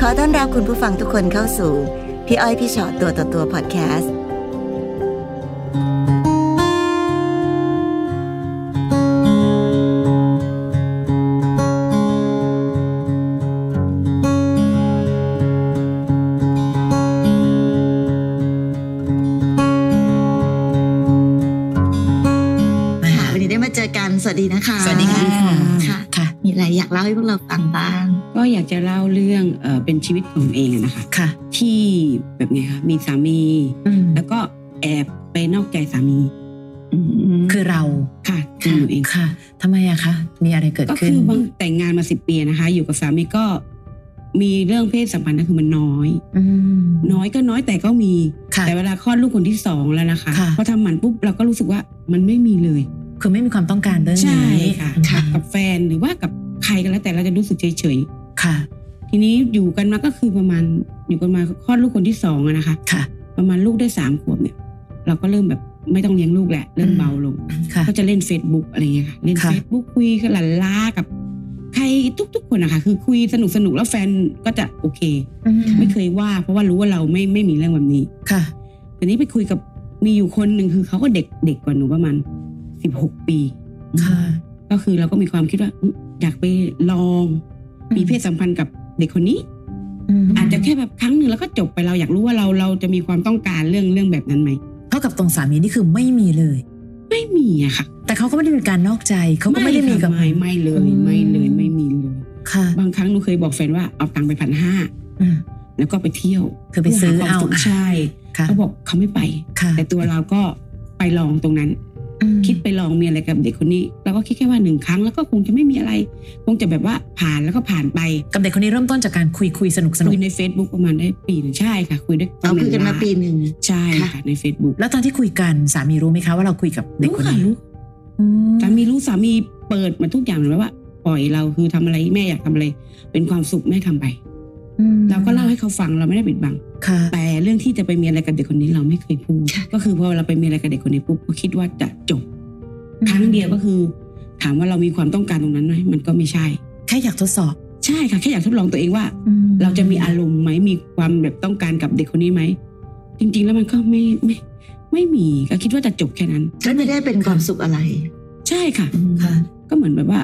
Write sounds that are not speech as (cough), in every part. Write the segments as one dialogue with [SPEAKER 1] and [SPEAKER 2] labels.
[SPEAKER 1] ขอต้อนรับคุณผู้ฟังทุกคนเข้าสู่ พี่อ้อยพี่ชอตตัวต่อตัวพอดแคสต์
[SPEAKER 2] ค่ะวันนี้ได้มาเจอกันสวัสดีนะคะ
[SPEAKER 3] สวัสดีค่ะ
[SPEAKER 2] ค่ะ
[SPEAKER 3] ค่ะ
[SPEAKER 2] มีอะไรอยากเล่าให้พวกเราฟังบ้าง
[SPEAKER 4] ก็อยากจะเล่าเรื่องเออเป็นชีวิตของเองอะนะคะ
[SPEAKER 3] ค่ะ
[SPEAKER 4] ที่แบบไงคะมีสามี แล้วก็แอบไปนอกใจสามี
[SPEAKER 3] คือเรา
[SPEAKER 4] ค่ะคือหนูเอง
[SPEAKER 3] ค่ะทำไมอะคะ มีอะไรเกิด
[SPEAKER 4] ก็
[SPEAKER 3] ขึ้
[SPEAKER 4] คื
[SPEAKER 3] น
[SPEAKER 4] อบางแต่งงานมาสิบปีนะคะ อยู่กับสามีก็มีเรื่องเพศสัมพันธ์นะคือมันน้อย
[SPEAKER 3] อืม
[SPEAKER 4] น้อยก็น้อยแต่ก็มี
[SPEAKER 3] ค่ะ
[SPEAKER 4] แต่เวลาคลอดลูกคนที่สองแล้วนะคะ
[SPEAKER 3] ค่ะ
[SPEAKER 4] พอทำหมันปุ๊บเราก็รู้สึกว่ามันไม่มีเลย
[SPEAKER 3] คือไม่มีความต้องการเรื่อง
[SPEAKER 4] ใช่
[SPEAKER 3] นี้
[SPEAKER 4] ค่ะ
[SPEAKER 3] อืม
[SPEAKER 4] กับแฟนหรือว่ากับใครก็แล้วแต่เราจะรู้สึกเฉย
[SPEAKER 3] ค่ะ
[SPEAKER 4] ๆทีนี้อยู่กันมาก็คือประมาณอยู่กันมาคลอดลูกคนที่สองอะนะคะ
[SPEAKER 3] ค่ะ
[SPEAKER 4] ประมาณลูกได้สามขวบเนี่ย เราก็เริ่มแบบไม่ต้องเลี้ยงลูกแหละ เริ่มเบาลง
[SPEAKER 3] ค่ะ
[SPEAKER 4] ก็จะเล่น Facebook อะไรเงี้ยค่ะ เล่น
[SPEAKER 3] ค่ะ
[SPEAKER 4] Facebook คุยกับหลานล่ากับ ใครทุก ๆ คนนะคะคือคุยสนุกสนุกๆแล้วแฟนก็จะโอเค
[SPEAKER 3] อืม
[SPEAKER 4] ไม่เคยว่า เพราะว่ารู้ว่าเราไม่ไม่มีเรื่องแบบนี้
[SPEAKER 3] ค่ะ
[SPEAKER 4] ทีนี้ไปคุยกับมีอยู่คนหนึ่งคือเขาก็เด็กเด็กกว่าหนูประมาณสิบหกปี
[SPEAKER 3] ค่ะ
[SPEAKER 4] ก็คือเราก็มีความคิดว่าอืมอยากไปลอง
[SPEAKER 3] อืม
[SPEAKER 4] มีเพศสัมพันธ์กับเด็กคนนี้
[SPEAKER 3] ม
[SPEAKER 4] อาจจะแค่แบบครั้งหนึ่งแล้วก็จบไปเราอยากรู้ว่าเราเราจะมีความต้องการเรื่องเรื่องแบบนั้นไหม
[SPEAKER 3] เท่ากับตรงสามีนี่คือไม่มีเลย
[SPEAKER 4] ไม่มีอะค่ะ
[SPEAKER 3] แต่เขาก็ไม่ได้มีการนอกใจ เขาก็ไม่ได้มีกับ
[SPEAKER 4] ค่ะไม่ไม่เล
[SPEAKER 3] อื
[SPEAKER 4] ย
[SPEAKER 3] ม
[SPEAKER 4] ไม่เลยไม่มีเลย
[SPEAKER 3] ค่ะ
[SPEAKER 4] บางครั้งหนูเคยบอกแฟนว่าเอาตังค์ไปพันห้า
[SPEAKER 3] อืม
[SPEAKER 4] แล้วก็ไปเที่ยว
[SPEAKER 3] คือไปซื้อ
[SPEAKER 4] พื่ห
[SPEAKER 3] เอา
[SPEAKER 4] ควมสุขใช่
[SPEAKER 3] ค่ะ
[SPEAKER 4] เขาบอกเขาไม่ไป
[SPEAKER 3] ค่ะ
[SPEAKER 4] แต่ตัวเราก็ไปลองตรงนั้น
[SPEAKER 3] อืม
[SPEAKER 4] คิดไปลองมีอะไรกับเด็กคนนี้เราก็คิดแค่ว่าหนึ่งครั้งแล้วก็คงจะไม่มีอะไร คงจะแบบว่าผ่านแล้วก็ผ่านไป
[SPEAKER 3] กับเด็กคนนี้เริ่มต้นจากการคุยคุยสนุกสนุ
[SPEAKER 4] คุ
[SPEAKER 3] ก
[SPEAKER 4] ยใน Facebook ประมาณได้ปีหนึ่งใช่ค่ะ คุยด้วย
[SPEAKER 2] เราคุยกันมาปีหนึ่ง
[SPEAKER 4] ใช่
[SPEAKER 2] ค่ะ
[SPEAKER 4] ค่ะใน Facebook
[SPEAKER 3] แล้วตอนที่คุยกันสามีรู้ไหมคะว่าเราคุยกับเด็ก
[SPEAKER 4] รู้
[SPEAKER 3] คน
[SPEAKER 4] ค่ะ
[SPEAKER 3] นี้
[SPEAKER 4] รู้
[SPEAKER 3] อืม
[SPEAKER 4] สามีรู้สามีเปิดมาทุกอย่างเลยว่า ปล่อยเราคือทำอะไรแม่อยากทำอะไร เป็นความสุขแม่ทำไป
[SPEAKER 3] อืม
[SPEAKER 4] เราก็เล่าให้เขาฟังเราไม่ได้ปิดบัง
[SPEAKER 3] ค่ะ
[SPEAKER 4] แต่เรื่องที่จะไปมีอะไรกับเด็กคนนี้เราไม่เคยพูด
[SPEAKER 2] ค่ะ
[SPEAKER 4] ก็คือพอเราไปมีอะไรกับเด็กคนนี้ปุ๊บก็คิดว่าจะจบ
[SPEAKER 3] อืม
[SPEAKER 4] ครั้งเดียวก็คือ ถามว่าเรามีความต้องการตรงนั้นไหมมันก็ไม่ใช่
[SPEAKER 3] แค่อยากทดสอบ
[SPEAKER 4] ใช่ค่ะแค่อยากทดลองตัวเองว่า เราจะมีอารมณ์ไหมมีความแบบต้องการกับเด็กคนนี้ไหมจริง ๆ แล้วมันก็ไม่ไม่ไม่มีก็คิดว่าจะจบแค่นั้น
[SPEAKER 2] ก็ไม่ได้เป็นความสุขอะไร
[SPEAKER 4] ใช่ค่ะ
[SPEAKER 3] ค่ะ
[SPEAKER 4] ก็เหมือนแบบว่า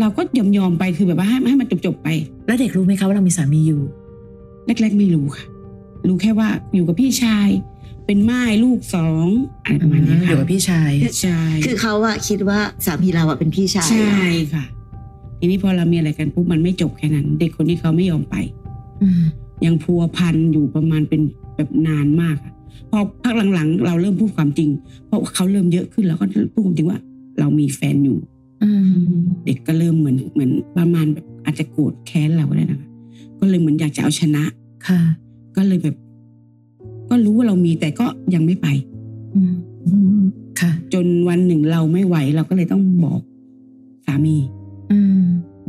[SPEAKER 4] เราก็ยอมยอมๆไปคือแบบว่าให้ให้มันจบจบๆไป
[SPEAKER 3] แล้วเด็กรู้ไหมคะว่าเรามีสามีอยู่
[SPEAKER 4] แรกๆไม่รู้ค่ะ รู้แค่ว่าอยู่กับพี่ชาย เป็นม่ายลูกสองอะไรประมาณนี้ค่ะ
[SPEAKER 3] อยู่กับพี่ชาย
[SPEAKER 4] ใช่
[SPEAKER 2] คือเขาอะคิดว่าสามีเราอะเป็นพี่ชาย
[SPEAKER 4] ใช่ค่ะ ทีนี้พอเรามีอะไรกันปุ๊บมันไม่จบแค่นั้น เด็กคนนี้เขาไม่ยอมไป ยังพัวพันอยู่ประมาณเป็นแบบนานมากค่ะพอพักหลังๆ เราเริ่มพูดความจริง เพราะเขาเริ่มเยอะขึ้นเราก็พูดความจริงว่า เรามีแฟนอยู่ เด็กก็เริ่มเหมือนเหมือนประมาณแบบอาจจะโกรธแค้นเราก็ได้นะคะก็เลยเหมือนอยากจะเอาชนะ
[SPEAKER 3] ค่ะ
[SPEAKER 4] ก็เลยแบบ ก็รู้ว่าเรามีแต่ก็ยังไม่ไป
[SPEAKER 3] ค่ะ
[SPEAKER 4] จนวันหนึ่งเราไม่ไหวเราก็เลยต้องบอกสามี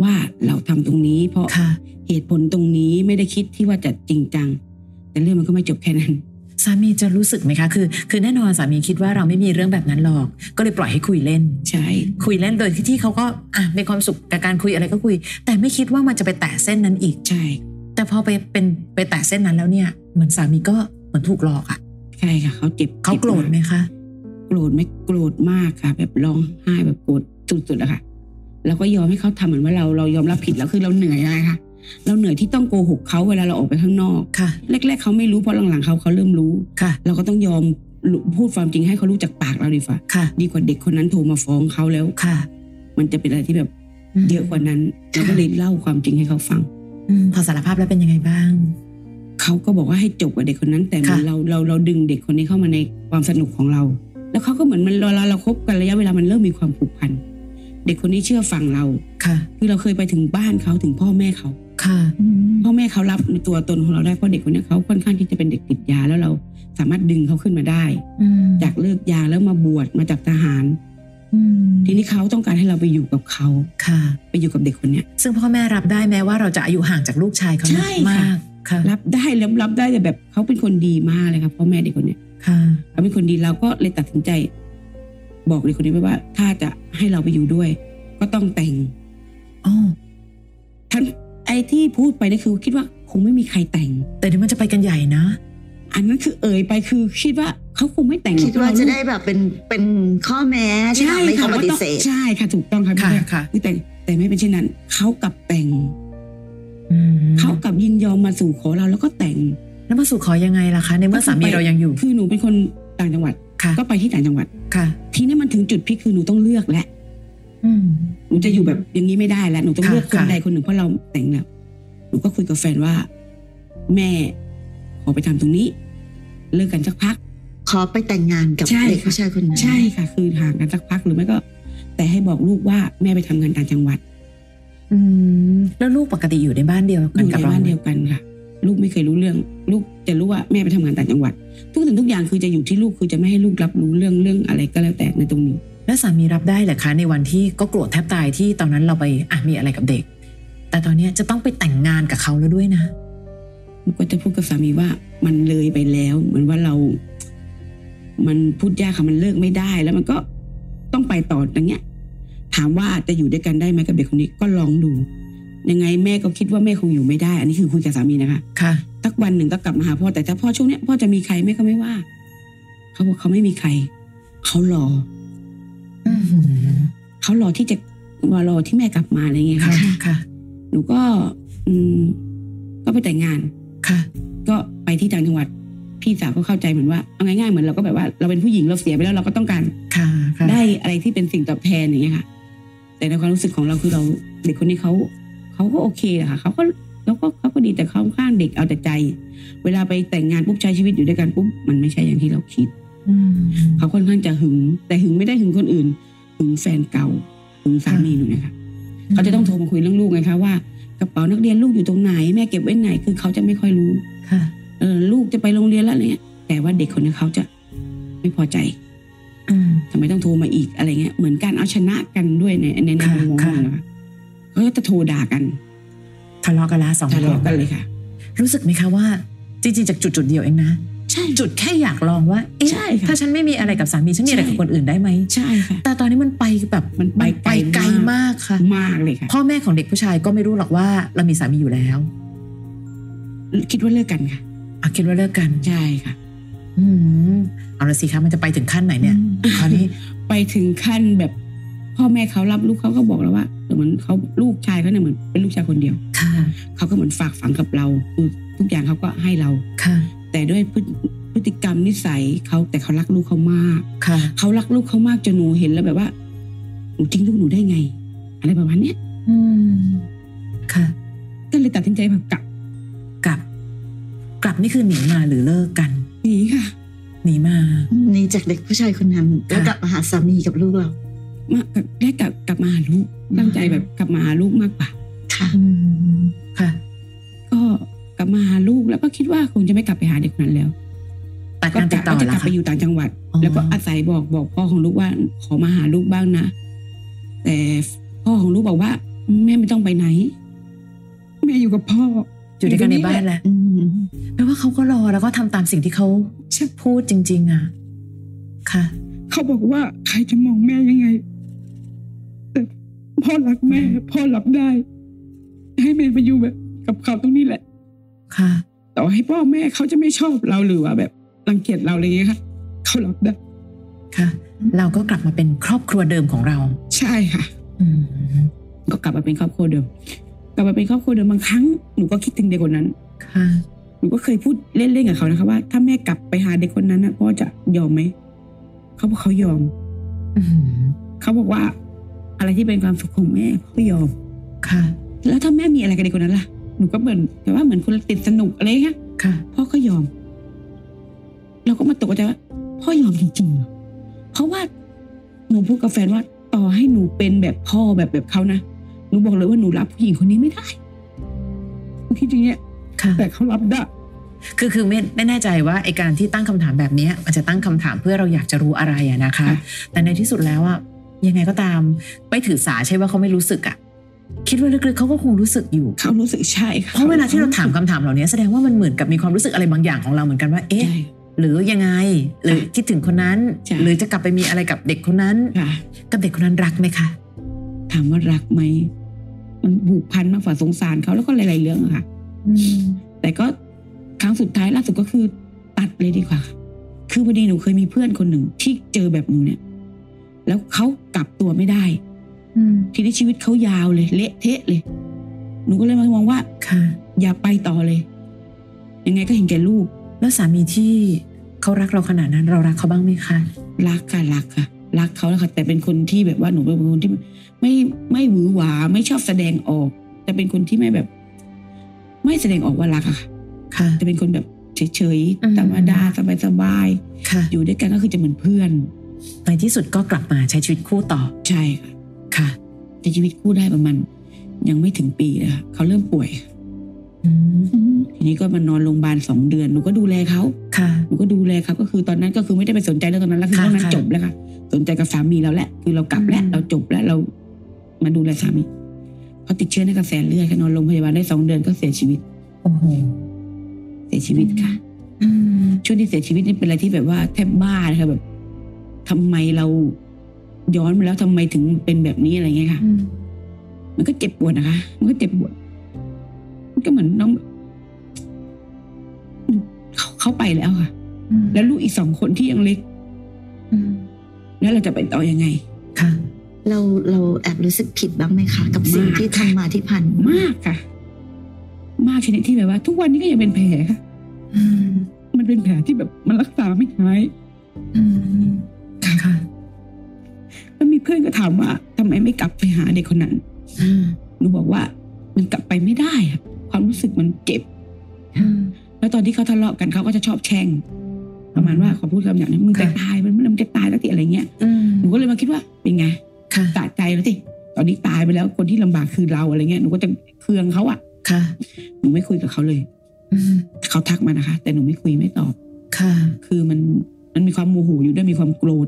[SPEAKER 4] ว่าเราทำตรงนี้เพราะ
[SPEAKER 3] ค่ะ
[SPEAKER 4] เหตุผลตรงนี้ไม่ได้คิดที่ว่าจะจริงจัง แต่เรื่องมันก็ไม่จบแค่นั้น
[SPEAKER 3] สามีจะรู้สึกไหมคะ คือ คือแน่นอนสามีคิดว่าเราไม่มีเรื่องแบบนั้นหรอก ก็เลยปล่อยให้คุยเล่น
[SPEAKER 4] ใช่
[SPEAKER 3] คุยเล่นโดยที่ที่เขาก็อ่ะมีความสุขกับการคุยอะไรก็คุย แต่ไม่คิดว่ามันจะไปแตะเส้นนั้นอีก
[SPEAKER 4] ใช่
[SPEAKER 3] แต่พอไปเป็นไปแตะเส้นนั้นแล้วเนี่ย เหมือนสามีก็เหมือนถูกหลอกอ่ะ
[SPEAKER 4] ใช่ค่ะเขาเจ็บ
[SPEAKER 3] เขาโกรธไหม
[SPEAKER 4] จ็
[SPEAKER 3] คะ
[SPEAKER 4] บากโกรธไหมโกรธมากค่ะ แบบร้องไห้แบบโกรธสุดๆอะค่ะแล้วก็ยอมให้เขาทำเหมือนว่าเราเรายอมรับผิดแล้วคือเราเหนื่อยนะคะเราเหนื่อยที่ต้องโกหกเขาเวลาเราออกไปข้างนอก
[SPEAKER 3] ค่ะ
[SPEAKER 4] แรกๆเขาไม่รู้เพราะหลังๆเขาเขาเริ่มรู้
[SPEAKER 3] ค่ะ
[SPEAKER 4] เราก็ต้องยอมพูดความจริงให้เขารู้จากปากเราดีกว่า
[SPEAKER 3] ค่ะ
[SPEAKER 4] ดีกว่าเด็กคนนั้นโทรมาฟ้องเขาแล้ว
[SPEAKER 3] ค่ะ
[SPEAKER 4] มันจะเป็นอะไรที่แบบเยอะกว่านั้นเราก็เลยเล่าความจริงให้เขาฟัง
[SPEAKER 3] อืมพอสารภาพแล้วเป็นยังไงบ้าง
[SPEAKER 4] เขาก็บอกว่าให้จบกับเด็กคนนั้น แต่เหมือน
[SPEAKER 3] ค่ะ
[SPEAKER 4] เราเราเราดึงเด็กคนนี้เข้ามาในความสนุกของเรา แล้วเขาก็เหมือนมันเราเราเราคบกันระยะเวลามันเริ่มมีความผูกพันเด็กคนนี้เชื่อฟังเรา
[SPEAKER 3] ค่ะ
[SPEAKER 4] คือเราเคยไปถึงบ้านเขาถึงพ่อแม่เขา
[SPEAKER 3] ค่ะ
[SPEAKER 4] พ่อแม่เขารับในตัวตนของเราได้เพราะเด็กคนนี้เขาค่อนข้างที่จะเป็นเด็กติดยาแล้วเราสามารถดึงเขาขึ้นมาได้
[SPEAKER 3] อืม
[SPEAKER 4] จากเลิกยาแล้วมาบวชมาจากทหาร
[SPEAKER 3] อืม
[SPEAKER 4] ทีนี้เขาต้องการให้เราไปอยู่กับเขา
[SPEAKER 3] ค่ะ
[SPEAKER 4] ไปอยู่กับเด็กคนเนี้ย
[SPEAKER 3] ซึ่งพ่อแม่รับได้แม้ว่าเราจะอายุห่างจากลูกชายเขา
[SPEAKER 4] ใช่ค่ะ
[SPEAKER 3] มากค่ะ
[SPEAKER 4] รับได้รับรับได้แต่แบบเขาเป็นคนดีมากเลยครับพ่อแม่เด็กคนเนี้ย
[SPEAKER 3] ค่ะ
[SPEAKER 4] เขาเป็นคนดีเราก็เลยตัดสินใจ บอกเด็กคนนี้ไปว่า ถ้าจะให้เราไปอยู่ด้วย ก็ต้องแต่ง
[SPEAKER 3] อ๋อ
[SPEAKER 4] ท่านไอ ไอ้ที่พูดไปนี่คือคิดว่าคงไม่มีใครแต่ง
[SPEAKER 3] แต่เดี๋ยวมันจะไปกันใหญ่นะ
[SPEAKER 4] อันนั้นคือเอ่ยไปคือคิดว่าเขาคงไม่แต่งหรอก
[SPEAKER 2] คิดว่าจะได้แบบเป็นเป็นข้อแม้ที่ทำให้เขาปฏิเสธ
[SPEAKER 4] ใช่ค่ะถูกต้องค่ะพี่
[SPEAKER 3] ค่ะ
[SPEAKER 4] แม่
[SPEAKER 3] ค่ะ
[SPEAKER 4] ไม่แต่งแต่ไม่เป็นเช่นนั้นเขากลับแต่ง
[SPEAKER 3] อืม
[SPEAKER 4] เขากลับยินยอมมาสู่ขอเราแล้วก็แต่ง
[SPEAKER 3] แล้วมาสู่ขอยังไงล่ะคะ ในเมื่อสามีเรายังอยู่
[SPEAKER 4] คือหนูเป็นคนต่างจังหวัด
[SPEAKER 3] ค่ะ
[SPEAKER 4] ก็ไปที่ต่างจังหวัด
[SPEAKER 3] ค่ะ
[SPEAKER 4] ทีนี้มันถึงจุดพลิกคือหนูต้องเลือกแหละ
[SPEAKER 3] อืม
[SPEAKER 4] หนูจะอยู่แบบอย่างนี้ไม่ได้แล้วหนูต้อง
[SPEAKER 3] ค่ะ
[SPEAKER 4] เลือกคน
[SPEAKER 3] ค่ะ
[SPEAKER 4] ใดคนหนึ่งเพราะเราแต่งแล้วหนูก็คุยกับแฟนว่า แม่ขอไปทำตรงนี้ เลิกกันสักพัก
[SPEAKER 2] ขอไปแต่งงานกับ
[SPEAKER 4] ใช่
[SPEAKER 2] เด็ก
[SPEAKER 4] ค่ะ
[SPEAKER 2] ผู้ชายคนนั้น
[SPEAKER 4] ใช่ค่ะ คือห่างกันสักพักหรือไม่ก็ แต่ให้บอกลูกว่าแม่ไปทำงานต่างจังหวัด
[SPEAKER 3] อืมแล้วลูกปกติอยู่ในบ้านเดียว
[SPEAKER 4] อ
[SPEAKER 3] กัน
[SPEAKER 4] ยู่
[SPEAKER 3] กับ
[SPEAKER 4] ใน
[SPEAKER 3] เรา
[SPEAKER 4] บ้านเดียวกันค่ะ ลูกไม่เคยรู้เรื่อง ลูกจะรู้ว่าแม่ไปทำงานต่างจังหวัด ทุกสิ่งทุกอย่างคือจะอยู่ที่ลูกคือจะไม่ให้ลูกรับรู้เรื่องเรื่องอะไรก็แล้วแต่ในตรงนี้
[SPEAKER 3] แล้วสามีรับได้เหรอคะ ในวันที่ก็โกรธแทบตายที่ตอนนั้นเราไปอ่ะมีอะไรกับเด็ก แต่ตอนเนี้ยจะต้องไปแต่งงานกับเขาแล้วด้วยนะ
[SPEAKER 4] มันก็จะพูดกับสามีว่ามันเลยไปแล้ว เหมือนว่าเรา มันพูดยากค่ะมันเลิกไม่ได้ แล้วมันก็ต้องไปต่ออย่างเงี้ย ถามว่าจะอยู่ด้วยกันได้ไหมกับเด็กคนนี้ก็ลองดู ยังไงแม่ก็คิดว่าแม่คงอยู่ไม่ได้ อันนี้คือคุยกับสามีนะคะ
[SPEAKER 3] ค่ะ
[SPEAKER 4] สักวันหนึ่งก็กลับมาหาพ่อแต่ถ้าพ่อช่วงเนี้ยพ่อจะมีใครแม่ก็ไม่ว่า เขาบอกเขาไม่มีใคร เขารอ
[SPEAKER 3] อืม
[SPEAKER 4] เขารอที่จะรอที่แม่กลับมาอะไรเงี้ย
[SPEAKER 3] ค่ะ
[SPEAKER 4] ค่ะ
[SPEAKER 3] ค่ะ
[SPEAKER 4] หนูก็ อืม ก็ไปแต่งงาน
[SPEAKER 3] ค่ะ
[SPEAKER 4] ก็ไปที่ต่างจังหวัดพี่สาวก็เข้าใจเหมือนว่าเอาง่ายๆเหมือนเราก็แบบว่าเราเป็นผู้หญิงเราเสียไปแล้วเราก็ต้องการ
[SPEAKER 3] ค่ะค่ะ
[SPEAKER 4] ได้อะไรที่เป็นสิ่งตอบแทนอย่างเงี้ยค่ะ แต่ในความรู้สึกของเราคือเราเด็กคนนี้เขาเขาก็โอเคอะค่ะเขาก็แล้วก็เขาก็ดีแต่เขาค่อนข้างเด็กเอาแต่ใจ เวลาไปแต่งงานปุ๊บใช้ชีวิตอยู่ด้วยกันปุ๊บมันไม่ใช่อย่างที่เราคิด
[SPEAKER 3] อืม
[SPEAKER 4] เขาค่อนข้างจะหึง แต่หึงไม่ได้หึงคนอื่นหึงแฟนเก่าหึงสามีหนูนะคะ
[SPEAKER 3] อืม
[SPEAKER 4] เขาจะต้องโทรมาคุยเรื่องลูกไงคะว่ากระเป๋านักเรียนลูกอยู่ตรงไหน แม่เก็บไว้ไหนคือเขาจะไม่ค่อยรู้
[SPEAKER 3] ค่ะ
[SPEAKER 4] เออลูกจะไปโรงเรียนแล้วอะไรเนี่ยแต่ว่าเด็กคนนี้เขาจะไม่พอใจ
[SPEAKER 3] อืม
[SPEAKER 4] ทำไมต้องโทรมาอีกอะไรเงี้ยเหมือนการเอาชนะกันด้วยในในใน
[SPEAKER 3] ค่ะ
[SPEAKER 4] มุมมอง
[SPEAKER 3] ค่ะ
[SPEAKER 4] นะคะเขาก็จะโทรด่ากัน
[SPEAKER 3] ทะเลาะกันละสองค
[SPEAKER 4] ทะ
[SPEAKER 3] น
[SPEAKER 4] เลาะกันเลยค่ะ
[SPEAKER 3] รู้สึกไหมคะว่า จริงๆจากจุดจุดๆเดียวเองนะ
[SPEAKER 4] ใช่
[SPEAKER 3] จุดแค่อยากลองว่าเอ๊ะ
[SPEAKER 4] ใช่ค่ะ
[SPEAKER 3] ถ้าฉันไม่มีอะไรกับสามีฉันมีอะไร
[SPEAKER 4] ใช่
[SPEAKER 3] กับคนอื่นได้ไหม
[SPEAKER 4] ใช่ค่ะ
[SPEAKER 3] แต่ตอนนี้มันไปแบบ
[SPEAKER 4] มันไปไกล
[SPEAKER 3] ไกลมากค่ะ
[SPEAKER 4] มากเลยค่ะ
[SPEAKER 3] พ่อแม่ของเด็กผู้ชายก็ไม่รู้หรอกว่าเรามีสามีอยู่แล้ว
[SPEAKER 4] คิดว่าเลิกกันค่ะ
[SPEAKER 3] อ่ะคิดว่าเลิกกัน
[SPEAKER 4] ใช่ค่ะ
[SPEAKER 3] อืมเอาละสิคะมันจะไปถึงขั้นไหนเนี่ยคราวนี้
[SPEAKER 4] ไปถึงขั้นแบบ พ่อแม่เขารับลูกเขาก็บอกแล้วว่าเหมือนเขาลูกชายเขาเนี่ยเหมือนเป็นลูกชายคนเดียว
[SPEAKER 3] ค่ะ
[SPEAKER 4] เขาก็เหมือนฝากฝังกับเราคือทุกอย่างเขาก็ให้เรา
[SPEAKER 3] ค่ะ
[SPEAKER 4] แต่ด้วยพฤติพฤติกรรมนิสัยเขาแต่เขารักลูกเขามาก
[SPEAKER 3] ค่ะ
[SPEAKER 4] เขารักลูกเขามากจนหนูเห็นแล้วแบบว่าหนูทิ้งลูกหนูได้ไง อะไรประมาณเนี้ย
[SPEAKER 3] อืม ค่ะ
[SPEAKER 4] ก็เลยตัดสินใจแบบกลับ
[SPEAKER 3] กลับ กลับนี่คือหนีมาหรือเลิกกัน
[SPEAKER 4] หนีค่ะ
[SPEAKER 3] หนีมา
[SPEAKER 2] หนี่จากเด็กผู้ชายคนนั้นแล้ว
[SPEAKER 3] ค่ะ
[SPEAKER 2] กลับมาหาสามีกับลูกเรา
[SPEAKER 4] มากได้กลับกลับมาหาลูกตั้งใจแบบกลับมาหาลูกมากกว่า
[SPEAKER 2] ค่ะ
[SPEAKER 3] อืม ค่ะ
[SPEAKER 4] ก็กลับมาหาลูกแล้วก็คิดว่าคงจะไม่กลับไปหาเด็กคนนั้นแล้ว
[SPEAKER 3] แต่
[SPEAKER 4] ก็
[SPEAKER 3] การ
[SPEAKER 4] ก
[SPEAKER 3] ติ
[SPEAKER 4] ลั
[SPEAKER 3] ด
[SPEAKER 4] บ
[SPEAKER 3] ต่อ
[SPEAKER 4] ก็จะก
[SPEAKER 3] ล่ะ
[SPEAKER 4] ลับ
[SPEAKER 3] คะ
[SPEAKER 4] ไปอยู่ต่างจังหวัด
[SPEAKER 3] อ๋อ
[SPEAKER 4] แล้วก็อาศัยบอกบอกพ่อของลูกว่าขอมาหาลูกบ้างนะ แต่พ่อของลูกบอกว่า แม่ไม่ต้องไปไหนแม่อยู่กับพ่อ
[SPEAKER 3] อยู่ด้วยกันในบ้านแหละ
[SPEAKER 2] อืม
[SPEAKER 3] แปลว่าเขาก็รอแล้วก็ทำตามสิ่งที่เขา
[SPEAKER 4] ใช่
[SPEAKER 3] พูดจริง ๆ อ่ะ ค่ะ
[SPEAKER 4] เขาบอกว่าใครจะมองแม่ยังไงแต่พ่อรักแม่พ่อรับได้ ให้แม่ไปอยู่แบบ กับเขาตรงนี้แหละ
[SPEAKER 3] ค่ะ
[SPEAKER 4] ต่อให้พ่อแม่เขาจะไม่ชอบเราหรือว่าแบบรังเกียจเราอะไรอย่างเงี้ยค่ะเขารับได้
[SPEAKER 3] ค่ะ เราก็กลับมาเป็นครอบครัวเดิมของเรา
[SPEAKER 4] ใช่ค่ะ
[SPEAKER 3] อืม
[SPEAKER 4] ก็กลับมาเป็นครอบครัวเดิม กลับมาเป็นครอบครัวเดิมบางครั้งหนูก็คิดถึงเด็กคนนั้น
[SPEAKER 3] ค่ะ
[SPEAKER 4] หนูก็เคยพูดเล่นๆกับเขานะคะว่า ถ้าแม่กลับไปหาเด็กคนนั้นนะพ่อจะยอมไหมเขาบอกเขายอม
[SPEAKER 3] อืม
[SPEAKER 4] เขาบอกว่า อะไรที่เป็นความสุขของแม่พ่อยอม
[SPEAKER 3] ค่ะ
[SPEAKER 4] แล้วถ้าแม่มีอะไรกับเด็กคนนั้นล่ะหนูก็เหมือนแต่ว่าเหมือนคนติดสนุกอะไรอย่างเงี้ย
[SPEAKER 3] ค่ะ
[SPEAKER 4] พ่อก็ยอม เราก็มาตกใจว่าพ่อยอมจริงๆเหรอเพราะว่าหนูพูดกับแฟนว่าต่อให้หนูเป็นแบบพ่อแบบแบบเขานะหนูบอกเลยว่าหนูรับผู้หญิงคนนี้ไม่ได้หนูคิดอย่างเงี้ย
[SPEAKER 3] ค่ะ
[SPEAKER 4] แต่เขารับได้
[SPEAKER 3] คือคือไม่ไม่แน่ใจว่าไอการที่ตั้งคำถามแบบเนี้ยมันจะตั้งคำถามเพื่อเราอยากจะรู้อะไรอะนะคะ
[SPEAKER 4] ค่ะ
[SPEAKER 3] แต่ในที่สุดแล้วอะยังไงก็ตามไม่ถือสาใช่ว่าเขาไม่รู้สึกอะคิดว่าลึกๆเขาก็คงรู้สึกอยู่
[SPEAKER 4] เขารู้สึกใช่ค่
[SPEAKER 3] เพราะเวลาที่เราถามคำถามเหล่านี้แสดงว่ามันเหมือนกับมีความรู้สึกอะไรบางอย่างของเราเหมือนกันว่า เอ๊ะ
[SPEAKER 4] ใช่
[SPEAKER 3] หรือยังไง หรือคิดถึงคนนั้น
[SPEAKER 4] ใช่
[SPEAKER 3] หรือจะกลับไปมีอะไรกับเด็กคนนั้น
[SPEAKER 4] ค่ะ
[SPEAKER 3] กับเด็กคนนั้นรักไหมคะ
[SPEAKER 4] ถามว่ารักไหม มันผูกพันมากกว่าสงสารเขาแล้วก็หลายๆเรื่องอะค่ะ แต่ก็ครั้งสุดท้ายล่าสุดก็คือตัดเลยดีกว่า คือพอดีหนูเคยมีเพื่อนคนหนึ่งที่เจอแบบหนูเนี่ย แล้วเขากลับตัวไม่ได้ ทีนี้ชีวิตเขายาวเลย เละเทะเลย หนูก็เลยมามองว่า
[SPEAKER 3] ค่ะ
[SPEAKER 4] อย่าไปต่อเลย ยังไงก็เห็นแก่ลูก
[SPEAKER 3] แล้วสามีที่เขารักเราขนาดนั้น เรารักเขาบ้างไหมคะ
[SPEAKER 4] รักค่ะรักค่ะ รักเขาแล้วค่ะ แต่เป็นคนที่แบบว่าหนูเป็นคนที่ไม่ไม่หวือหวาไม่ชอบแสดงออก แต่เป็นคนที่ไม่แบบ ไม่แสดงออกว่ารักอะค่ะ
[SPEAKER 3] ค่ะ
[SPEAKER 4] จะเป็นคนแบบเฉย
[SPEAKER 3] อืม
[SPEAKER 4] ๆธรรมดาสบาย
[SPEAKER 3] ค่ะ
[SPEAKER 4] ๆอยู่ด้วยกันก็คือจะเหมือนเพื่อน
[SPEAKER 3] ในที่สุดก็กลับมาใช้ชีวิตคู่ต่อ
[SPEAKER 4] ใช่ค่ะ
[SPEAKER 3] ค่ะ
[SPEAKER 4] แต่ชีวิตคู่ได้ประมาณยังไม่ถึงปีนะคะเขาเริ่มป่วย
[SPEAKER 3] อืม
[SPEAKER 4] ทีนี้ก็มานอนโรงพยาบาลสองเดือนหนูก็ดูแลเขา
[SPEAKER 3] ค่ะ
[SPEAKER 4] หนูก็ดูแลเขาก็คือตอนนั้นก็คือไม่ได้ไปสนใจเรื่องตรงนั้นแล้วคือ
[SPEAKER 3] ค่ะ
[SPEAKER 4] เรื่องนั้น
[SPEAKER 3] ค่ะ
[SPEAKER 4] จบแล้วค่ะ สนใจกับสามีเราแหละ คือเรากลับแล้ว
[SPEAKER 3] อืม
[SPEAKER 4] เราจบแล้วเรามาดูแลสามีเขาติดเชื้อในกระแสเลือดค่ะนอนโรงพยาบาลได้สองเดือนก็เสียชีวิต
[SPEAKER 3] โอ้โห
[SPEAKER 4] เสียชีวิตค่ะ
[SPEAKER 3] อืม
[SPEAKER 4] ช่วงที่เสียชีวิตนี่เป็นอะไรที่แบบว่าแทบบ้านะคะแบบทำไมเราย้อนมาแล้วทำไมถึงเป็นแบบนี้อะไรเงี้ยค่ะ
[SPEAKER 3] อืม
[SPEAKER 4] มันก็เจ็บปวดนะคะ มันก็เจ็บปวด มันก็เหมือนน้องเขาเขาไปแล้วค่ะ
[SPEAKER 3] อืม
[SPEAKER 4] แล้วลูกอีกสองคนที่ยังเล็ก
[SPEAKER 3] อืม
[SPEAKER 4] แล้วเราจะไปต่อยังไง
[SPEAKER 3] ค่ะ
[SPEAKER 2] เราเราแอบรู้สึกผิดบ้างไหมคะ กับสิ่ง
[SPEAKER 4] มาก
[SPEAKER 2] ที่ทำมาที่ผ่านมาม
[SPEAKER 4] ากค่ะ มากชนิดที่แบบว่า ทุกวันนี้ก็ยังเป็นแผลค่ะ
[SPEAKER 3] อืม
[SPEAKER 4] มันเป็นแผลที่แบบ มันรักษาไม่หาย
[SPEAKER 3] อืมค่ะ
[SPEAKER 4] แล้วมีเพื่อนก็ถามว่าทำไมไม่กลับไปหาเด็กคนนั้น
[SPEAKER 3] อืม
[SPEAKER 4] หนูบอกว่ามันกลับไปไม่ได้อะความรู้สึกมันเจ็บ
[SPEAKER 3] อืม
[SPEAKER 4] แล้วตอนที่เขาทะเลาะกันเขาก็จะชอบแช่ง ประมาณว่าขอพูดคำหยาบนะมึงจะ
[SPEAKER 3] ค่ะ
[SPEAKER 4] ตายมันมึงจะตายสักทีอะไรเงี้ย
[SPEAKER 3] อืม
[SPEAKER 4] หนูก็เลยมาคิดว่าเป็นไง
[SPEAKER 3] ค่ะ
[SPEAKER 4] สะใจแล้วสิตอนนี้ตายไปแล้วคนที่ลำบากคือเราอะไรเงี้ยหนูก็จะเคืองเขาอะ
[SPEAKER 3] ค่ะ
[SPEAKER 4] หนูไม่คุยกับเขาเลย
[SPEAKER 3] อืม
[SPEAKER 4] เขาทักมานะคะ แต่หนูไม่คุยไม่ตอบ
[SPEAKER 3] ค่ะ
[SPEAKER 4] คือมันมันมีความโมโหอยู่ด้วยมีความโกรธ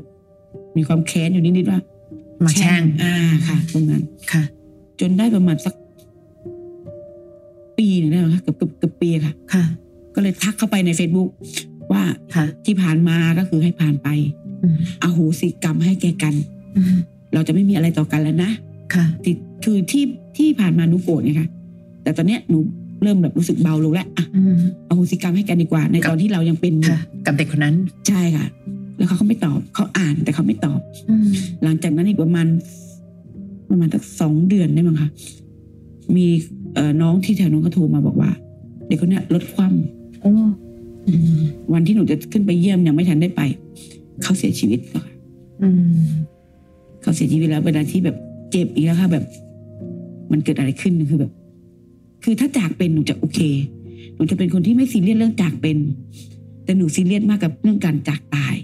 [SPEAKER 4] มีความแค้นอยู่นิดๆว่า
[SPEAKER 3] มาแช่ง
[SPEAKER 4] อ่าค่ะตรงนั้น
[SPEAKER 3] ค่ะ
[SPEAKER 4] จนได้ประมาณสัก ปีหนึงได้ไหมคะเกือบเกือบเกือบปีค่ะ
[SPEAKER 3] ค่ะ
[SPEAKER 4] ก็เลยทักเข้าไปใน Facebook ว่า
[SPEAKER 3] ค่ะ
[SPEAKER 4] ที่ผ่านมาก็คือให้ผ่านไป
[SPEAKER 3] อืม
[SPEAKER 4] อโหสิกรรมให้แกกัน
[SPEAKER 3] อืม
[SPEAKER 4] เราจะไม่มีอะไรต่อกันแล้วนะ
[SPEAKER 3] ค่ะ
[SPEAKER 4] ติดคือที่ที่ผ่านมาหนูโกรธไงคะแต่ตอนเนี้ยหนูเริ่มแบบรู้สึกเบาลงแล้วอะ
[SPEAKER 3] อืม
[SPEAKER 4] อโหสิกรรมให้กันดีกว่า ใน
[SPEAKER 3] ครับ
[SPEAKER 4] ตอนที่เรายังเป็นอยู่
[SPEAKER 3] ค่ะ กับเด็กคนนั้น
[SPEAKER 4] ใช่ค่ะ แล้วเขาก็ไม่ตอบเขาอ่านแต่เขาไม่ตอบ
[SPEAKER 3] อืม
[SPEAKER 4] หลังจากนั้นอีกประมาณ ประมาณสักสองเดือนได้มั้งคะมีเอ่อน้องที่แถวน้องก็โทรมาบอกว่า เด็กคนเนี้ยลดความ
[SPEAKER 3] โอ้อืม
[SPEAKER 4] วันที่หนูจะขึ้นไปเยี่ยมยังไม่ทันได้ไป เขาเสียชีวิตแล้วค่ะ
[SPEAKER 3] อืม
[SPEAKER 4] เขาเสียชีวิตแล้วเป็นอะไรที่แบบเจ็บอีกแล้วค่ะแบบ มันเกิดอะไรขึ้นคือแบบ คือถ้าจากเป็นหนูจะโอเค หนูจะเป็นคนที่ไม่ซีเรียสเรื่องจากเป็น แต่หนูซีเรียสมากกับเรื่องการจากตาย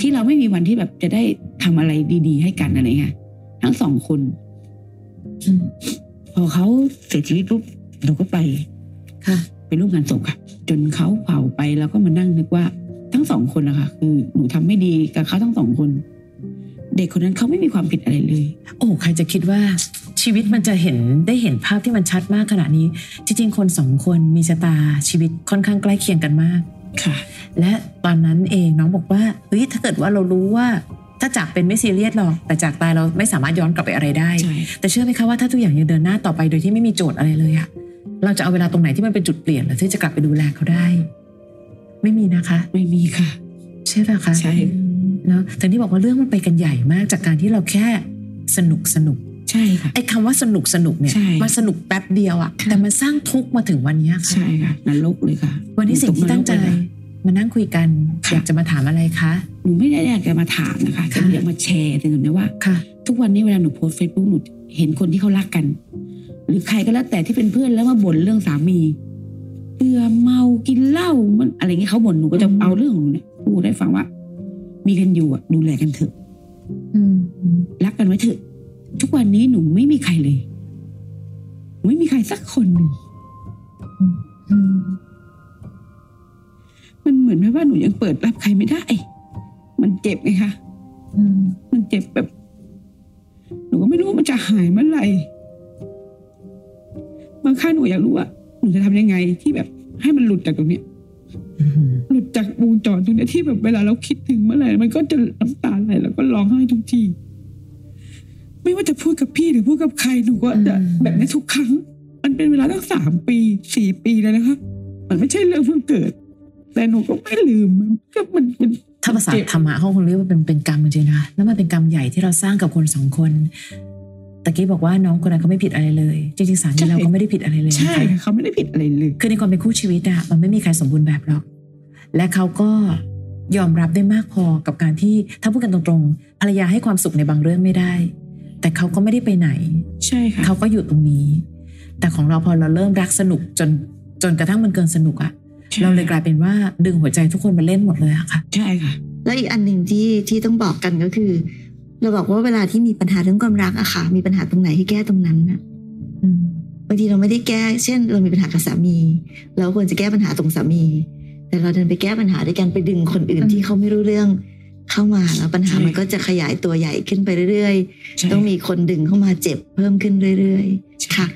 [SPEAKER 4] ที่เราไม่มีวันที่แบบจะได้ทำอะไรดีๆ ให้กันอะไรเงี้ยทั้งสองคน (coughs)
[SPEAKER 3] อืม
[SPEAKER 4] พอเขาเสียชีวิตปุ๊บเราก็ไป
[SPEAKER 3] ค่ะ
[SPEAKER 4] ไปร่วมงานศพค่ะ จนเขาเผาไปแล้วก็มานั่งนึกว่าทั้งสองคนนะคะคือหนูทำไม่ดีกับเขาทั้งสองคน เด็กคนนั้นเขาไม่มีความผิดอะไรเลย
[SPEAKER 3] โอ้ใครจะคิดว่าชีวิตมันจะเห็นได้เห็นภาพที่มันชัดมากขนาดนี้ จริงๆ คนสองคนมีชะตาชีวิตค่อนข้างใกล้เคียงกันมาก
[SPEAKER 4] ค่ะ
[SPEAKER 3] และตอนนั้นเองน้องบอกว่าเฮ้ยถ้าเกิดว่าเรารู้ว่า ถ้าจากเป็นไม่ซีเรียสหรอก แต่จากตายเราไม่สามารถย้อนกลับไปอะไรได้
[SPEAKER 4] ใช่
[SPEAKER 3] แต่เชื่อไหมคะว่าถ้าทุกอย่างยังเดินหน้าต่อไปโดยที่ไม่มีโจทย์อะไรเลยอะเราจะเอาเวลาตรงไหนที่มันเป็นจุดเปลี่ยนหรือที่จะกลับไปดูแลเขาได้ ไม่มีนะคะ
[SPEAKER 4] ไม่มีค่ะ
[SPEAKER 3] ใช่ป่ะคะ
[SPEAKER 4] ใช่
[SPEAKER 3] เนาะแต่ที่บอกว่าเรื่องมันไปกันใหญ่มากจากการที่เราแค่สนุกสนุก
[SPEAKER 4] ใช่ค่ะ
[SPEAKER 3] ไอ้คำว่าสนุกสนุกเนี่ย
[SPEAKER 4] ใช่
[SPEAKER 3] มันสนุกแป๊บเดียวอะแต่มันสร้างทุกข์มาถึงวันเนี้ยค่ะ
[SPEAKER 4] ใช่ค่ะนรกเลยค่ะ
[SPEAKER 3] วันนี้สิ่งที่ตั้งใจ
[SPEAKER 4] นรกเลยค่ะ
[SPEAKER 3] มานั่งคุยกัน
[SPEAKER 4] ค่ะ
[SPEAKER 3] อยากจะมาถามอะไรคะ
[SPEAKER 4] หนูไม่ได้อยากจะมาถามนะคะแต่ห
[SPEAKER 3] ค่ะ
[SPEAKER 4] นูอยากมาแชร์ถึงนะว่า
[SPEAKER 3] ค่ะ
[SPEAKER 4] ทุกวันนี้เวลาหนูโพสเฟซบุ๊กหนูเห็นคนที่เขารักกัน หรือใครก็แล้วแต่ที่เป็นเพื่อนแล้วมาบ่นเรื่องสามีเบื่อเมากินเหล้ามันอะไรเงี้ยเขาบ่นหนูก็จะ
[SPEAKER 3] อืม
[SPEAKER 4] เอาเรื่องของหนูเนี่ยพูดให้ฟังว่า มีกันอยู่อะดูแลกันเถอะ
[SPEAKER 3] อืม
[SPEAKER 4] รักกันไว้เถอะ ทุกวันนี้หนูไม่มีใครเลยหนูไม่มีใครสักคนหนึ่ง
[SPEAKER 3] อืม
[SPEAKER 4] มันเหมือนแบบว่าหนูยังเปิดรับใครไม่ได้ มันเจ็บไงคะ
[SPEAKER 3] อืม
[SPEAKER 4] มันเจ็บแบบ หนูก็ไม่รู้ว่ามันจะหายเมื่อไหร่ บางครั้งหนูอยากรู้ว่าหนูจะทำยังไงที่แบบให้มันหลุดจากตรงเนี้ย
[SPEAKER 3] อืม
[SPEAKER 4] หลุดจากวงจรตรงเนี้ยที่แบบเวลาเราคิดถึงเมื่อไหร่ มันก็จะน้ำตาไหลแล้วก็ร้องไห้ทุกที ไม่ว่าจะพูดกับพี่หรือพูดกับใครหนูก็จะ
[SPEAKER 3] อืม
[SPEAKER 4] แบบนี้ทุกครั้ง มันเป็นเวลาตั้งสามปีสี่ปีแล้วนะคะ มันไม่ใช่เรื่องเพิ่งเกิด แต่หนูก็ไม่ลืมมันก็มันเป็น
[SPEAKER 3] ถ้าภาษา
[SPEAKER 4] เจ็บ
[SPEAKER 3] ธรรมะเขาคงเรียกว่าเป็นเป็นกรรมจริงๆนะแล้วมันเป็นกรรมใหญ่ที่เราสร้างกับคนสองคนตะกี้บอกว่าน้องคนนั้นเขาไม่ผิดอะไรเลยจริงๆสามี
[SPEAKER 4] ใช่
[SPEAKER 3] เราก็ไม่ได้ผิดอะไรเลยนะคะ
[SPEAKER 4] ใช่ค่ะเขาไม่ได้ผิดอะไรเลย
[SPEAKER 3] คือในความเป็นคู่ชีวิตอะมันไม่มีใครสมบูรณ์แบบหรอก และเขาก็ยอมรับได้มากพอกับการที่ถ้าพูดกันตรงๆภรรยาให้ความสุขในบางเรื่องไม่ได้ แต่เขาก็ไม่ได้ไปไหน
[SPEAKER 4] ใช่ค่ะ
[SPEAKER 3] เขาก็อยู่ตรงนี้ แต่ของเราพอเราเริ่มรักสนุกจนจนกระทั่งมันเกินสนุกอะ
[SPEAKER 4] ใช่
[SPEAKER 3] เราเลยกลายเป็นว่าดึงหัวใจทุกคนมาเล่นหมดเลยอะค่ะ
[SPEAKER 4] ใช่ค่ะ
[SPEAKER 2] แล้วอีกอันหนึ่งที่ที่ต้องบอกกันก็คือ เราบอกว่าเวลาที่มีปัญหาเรื่องความรักอะค่ะ มีปัญหาตรงไหนให้แก้ตรงนั้นนะ
[SPEAKER 3] อืม
[SPEAKER 2] บางทีเราไม่ได้แก้ เช่น เรามีปัญหากับสามี เราควรจะแก้ปัญหาตรงสามี แต่เราเดินไปแก้ปัญหาด้วยการไปดึงคนอื่นที่เขาไม่รู้เรื่องเข้ามาแล้วปัญหา
[SPEAKER 4] ใช่
[SPEAKER 2] มันก็จะขยายตัวใหญ่ขึ้นไปเรื่อยๆ
[SPEAKER 4] ใช่
[SPEAKER 2] ต้องมีคนดึงเข้ามาเจ็บเพิ่มขึ้นเรื่อยๆ ค่ะ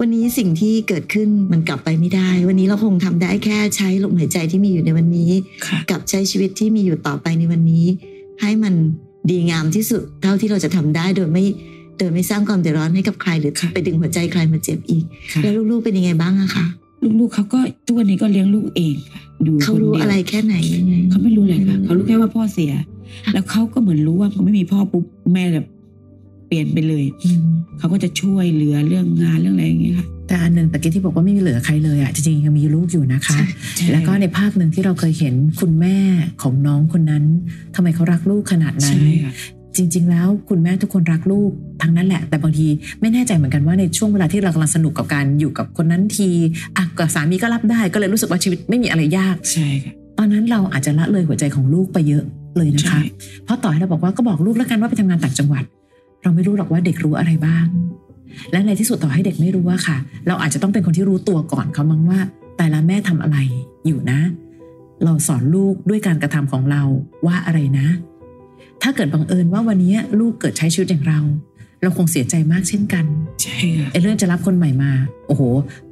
[SPEAKER 2] วันนี้สิ่งที่เกิดขึ้นมันกลับไปไม่ได้ วันนี้เราคงทำได้แค่ใช้ลมหายใจที่มีอยู่ในวันนี้
[SPEAKER 4] ค่ะ
[SPEAKER 2] กับใช้ชีวิตที่มีอยู่ต่อไปในวันนี้ ให้มันดีงามที่สุดเท่าที่เราจะทำได้โดยไม่โดยไม่สร้างความเดือดร้อนให้กับใครหรือ
[SPEAKER 4] ค่ะ
[SPEAKER 2] ไปดึงหัวใจใครมาเจ็บอีก
[SPEAKER 4] ค่ะ
[SPEAKER 2] แล้วลูกๆเป็นยังไงบ้างอะคะ
[SPEAKER 4] ลูกๆเขาก็ทุกวันนี้ก็เลี้ยงลูกเองค่ะอยู่
[SPEAKER 2] เขา
[SPEAKER 4] คน
[SPEAKER 2] รู้
[SPEAKER 4] ดียว
[SPEAKER 2] อะไรแค่ไหนยังไง
[SPEAKER 4] เขาไม่รู้เลยค่ะ
[SPEAKER 2] อืม
[SPEAKER 4] เขารู้แค่ว่าพ่อเสีย แล้วเขาก็เหมือนรู้ว่าพอไม่มีพ่อปุ๊บแม่แบบเปลี่ยนไปเลย
[SPEAKER 3] อืม
[SPEAKER 4] เขาก็จะช่วยเหลือเรื่องงานเรื่องอะไรอย่างเงี้ยค่ะ
[SPEAKER 3] แต่อันหนึ่งตะกี้ที่บอกว่าไม่มีเหลือใครเลยอะจริงๆยังมีลูกอยู่นะคะ แล้วก็ในภาพหนึ่งที่เราเคยเห็นคุณแม่ของน้องคนนั้นทำไมเขารักลูกขนาดนั้น
[SPEAKER 4] ใช่ค่ะ
[SPEAKER 3] จริง ๆ แล้วคุณแม่ทุกคนรักลูกทั้งนั้นแหละ แต่บางทีไม่แน่ใจเหมือนกันว่าในช่วงเวลาที่เรากำลังสนุกกับการอยู่กับคนนั้นทีอ่ะกับสามีก็รับได้ก็เลยรู้สึกว่าชีวิตไม่มีอะไรยาก
[SPEAKER 4] ใช่ค่ะ
[SPEAKER 3] ตอนนั้นเราอาจจะละเลยหัวใจของลูกไปเยอะเลยนะ
[SPEAKER 4] ใช่
[SPEAKER 3] คะ เพราะต่อให้เราบอกว่าก็บอกลูกแล้วกันว่าไปทำงานต่างจังหวัด เราไม่รู้หรอกว่าเด็กรู้อะไรบ้าง และในที่สุดต่อให้เด็กไม่รู้ว่าค่ะ เราอาจจะต้องเป็นคนที่รู้ตัวก่อนเขามั้งว่า แต่ละแม่ทำอะไรอยู่นะ เราสอนลูกด้วยการกระทำของเราว่าอะไรนะ ถ้าเกิดบังเอิญว่าวันนี้ลูกเกิดใช้ชีวิตอย่างเรา เราคงเสียใจมากเช่นกัน
[SPEAKER 4] ใช่ค่ะ
[SPEAKER 3] ไอ้เรื่องจะรับคนใหม่มา โอ้โห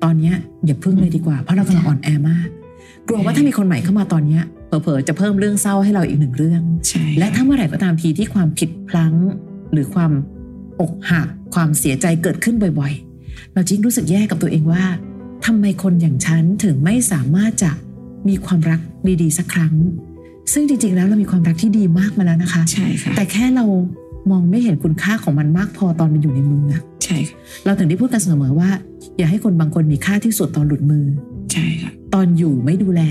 [SPEAKER 3] ตอนเนี้ยอย่าพึ่งเลยดีกว่า เพราะเรากำลังอ่อนแอมาก กลัวว่าถ้ามีคนใหม่เข้ามาตอนเนี้ยเผลอๆจะเพิ่มเรื่องเศร้าให้เราอีกหนึ่งเรื่อง
[SPEAKER 4] ใช่ค่
[SPEAKER 3] และถ้าเมื่อไหร่ก็ตามทีที่ความผิดพลั้ง หรือความอกหักความเสียใจเกิดขึ้นบ่อยๆ เราจริงรู้สึกแย่กับตัวเองว่าทำไมคนอย่างฉันถึงไม่สามารถจะมีความรักดีๆ สักครั้ง ซึ่งจริงๆแล้วเรามีความรักที่ดีมากมาแล้วนะคะ
[SPEAKER 4] ใช่ค่ะ
[SPEAKER 3] แต่แค่เรามองไม่เห็นคุณค่าของมันมากพอตอนมันอยู่ในมืออะ
[SPEAKER 4] ใช่ค่ะ
[SPEAKER 3] เราถึงได้พูดกันเสมอว่า อย่าให้คนบางคนมีค่าที่สุดตอนหลุดมือ
[SPEAKER 4] ใช่ค่ะ
[SPEAKER 3] ตอนอยู่ไม่ดูแล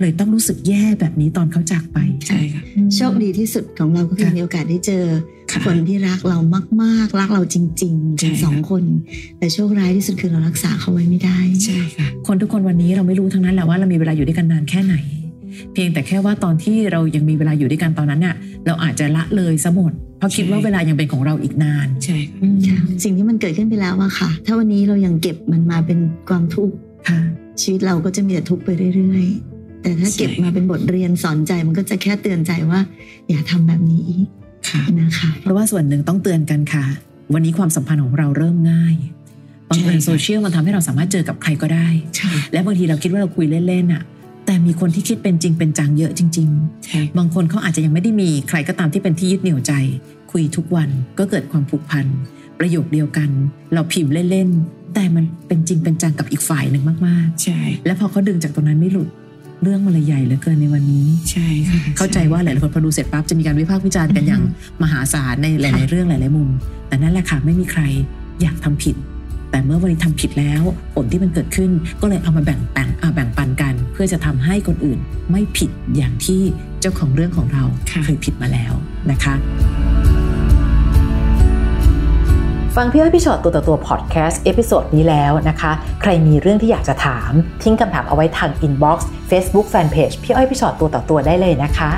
[SPEAKER 3] เลยต้องรู้สึกแย่แบบนี้ตอนเขาจากไป
[SPEAKER 4] ใช่ค่ะ
[SPEAKER 2] โชคดีที่สุดของเราก็คือ
[SPEAKER 3] ค่ะ
[SPEAKER 2] มีโอกาสได้เจอ
[SPEAKER 4] ค่ะ
[SPEAKER 2] คนที่รักเรามาก ๆ รักเราจริงๆถึ
[SPEAKER 4] ใช่
[SPEAKER 2] ง
[SPEAKER 4] ค่ะ
[SPEAKER 2] สองคน แต่โชคร้ายที่สุดคือเรารักษาเขาไว้ไม่ได้
[SPEAKER 4] ใช่ค่ะ
[SPEAKER 3] คนทุกคนวันนี้เราไม่รู้ทั้งนั้นแหละว่าเรามีเวลาอยู่ด้วยกันนานแค่ไหน เพียงแต่แค่ว่าตอนที่เรายังมีเวลาอยู่ด้วยกันตอนนั้นน่ะ เราอาจจะละเลยซะหมดเพราะคิดว่า
[SPEAKER 4] ใช่
[SPEAKER 3] เวลายังเป็นของเราอีกนาน
[SPEAKER 4] ใช่ค่ะ
[SPEAKER 3] อืม
[SPEAKER 2] ค่ะ สิ่งที่มันเกิดขึ้นไปแล้วอะค่ะ ถ้าวันนี้เรายังเก็บมันมาเป็นความทุกข์
[SPEAKER 3] ค่ะ
[SPEAKER 2] ชีวิตเราก็จะมีแต่ทุกข์ไปเรื่อยๆ แต่ถ้าเก็บมาเป็นบทเรียนสอนใจมันก็จะแค่เตือนใจว่า อย่าทำแบบนี้อีก
[SPEAKER 4] ค่ะ
[SPEAKER 2] นะคะ
[SPEAKER 3] เพราะว่าส่วนหนึ่งต้องเตือนกันค่ะ วันนี้ความสัมพันธ์ของเราเริ่มง่ายบังเอิญโซเชียลมันทำให้เราสามารถเจอกับใครก็ได้
[SPEAKER 4] ใช่
[SPEAKER 3] และบางทีเราคิดว่าเราคุยเล่นๆน่ะ แต่มีคนที่คิดเป็นจริงเป็นจังเยอะจริง
[SPEAKER 4] ใช่
[SPEAKER 3] ๆ บางคนเขาอาจจะยังไม่ได้มีใครก็ตามที่เป็นที่ยึดเหนี่ยวใจ คุยทุกวันก็เกิดความผูกพัน ประโยคเดียวกัน เราพิมพ์เล่นๆ แต่มันเป็นจริงเป็นจังกับอีกฝ่ายหนึ่งมาก
[SPEAKER 4] ใช่
[SPEAKER 3] ๆ และพอเขาดึงจากตรงนั้นไม่หลุด เรื่องมันเลยใหญ่เหลือเกินในวันนี้
[SPEAKER 4] ใช่ค่ะ
[SPEAKER 3] เข้าใจว่าหลายๆคนพอดูเสร็จปั๊บจะมีการวิพากษ์วิจารณ์กันอย่างมหาศาลในหลาย ๆ เรื่องหลาย ๆ มุม แต่นั่นแหละค่ะไม่มีใครอยากทำผิด แต่เมื่อวันนี้ทำผิดแล้วผลที่มันเกิดขึ้นก็เลยเอามาแบ่งปันอ่าแบ่งปันกัน เพื่อจะทำให้คนอื่นไม่ผิดอย่างที่เจ้าของเรื่องของเราเคยผิดมาแล้วนะคะ ฟังพี่อ้อยพี่ชอตตัวต่อตัวพอดแคสต์เอพิโซดนี้แล้วนะคะ ใครมีเรื่องที่อยากจะถาม ทิ้งคำถามเอาไว้ทางอินบ็อกซ์เฟซบุ๊กแฟนเพจพี่อ้อยพี่ชอตตัวต่อตัวได้เลยนะคะ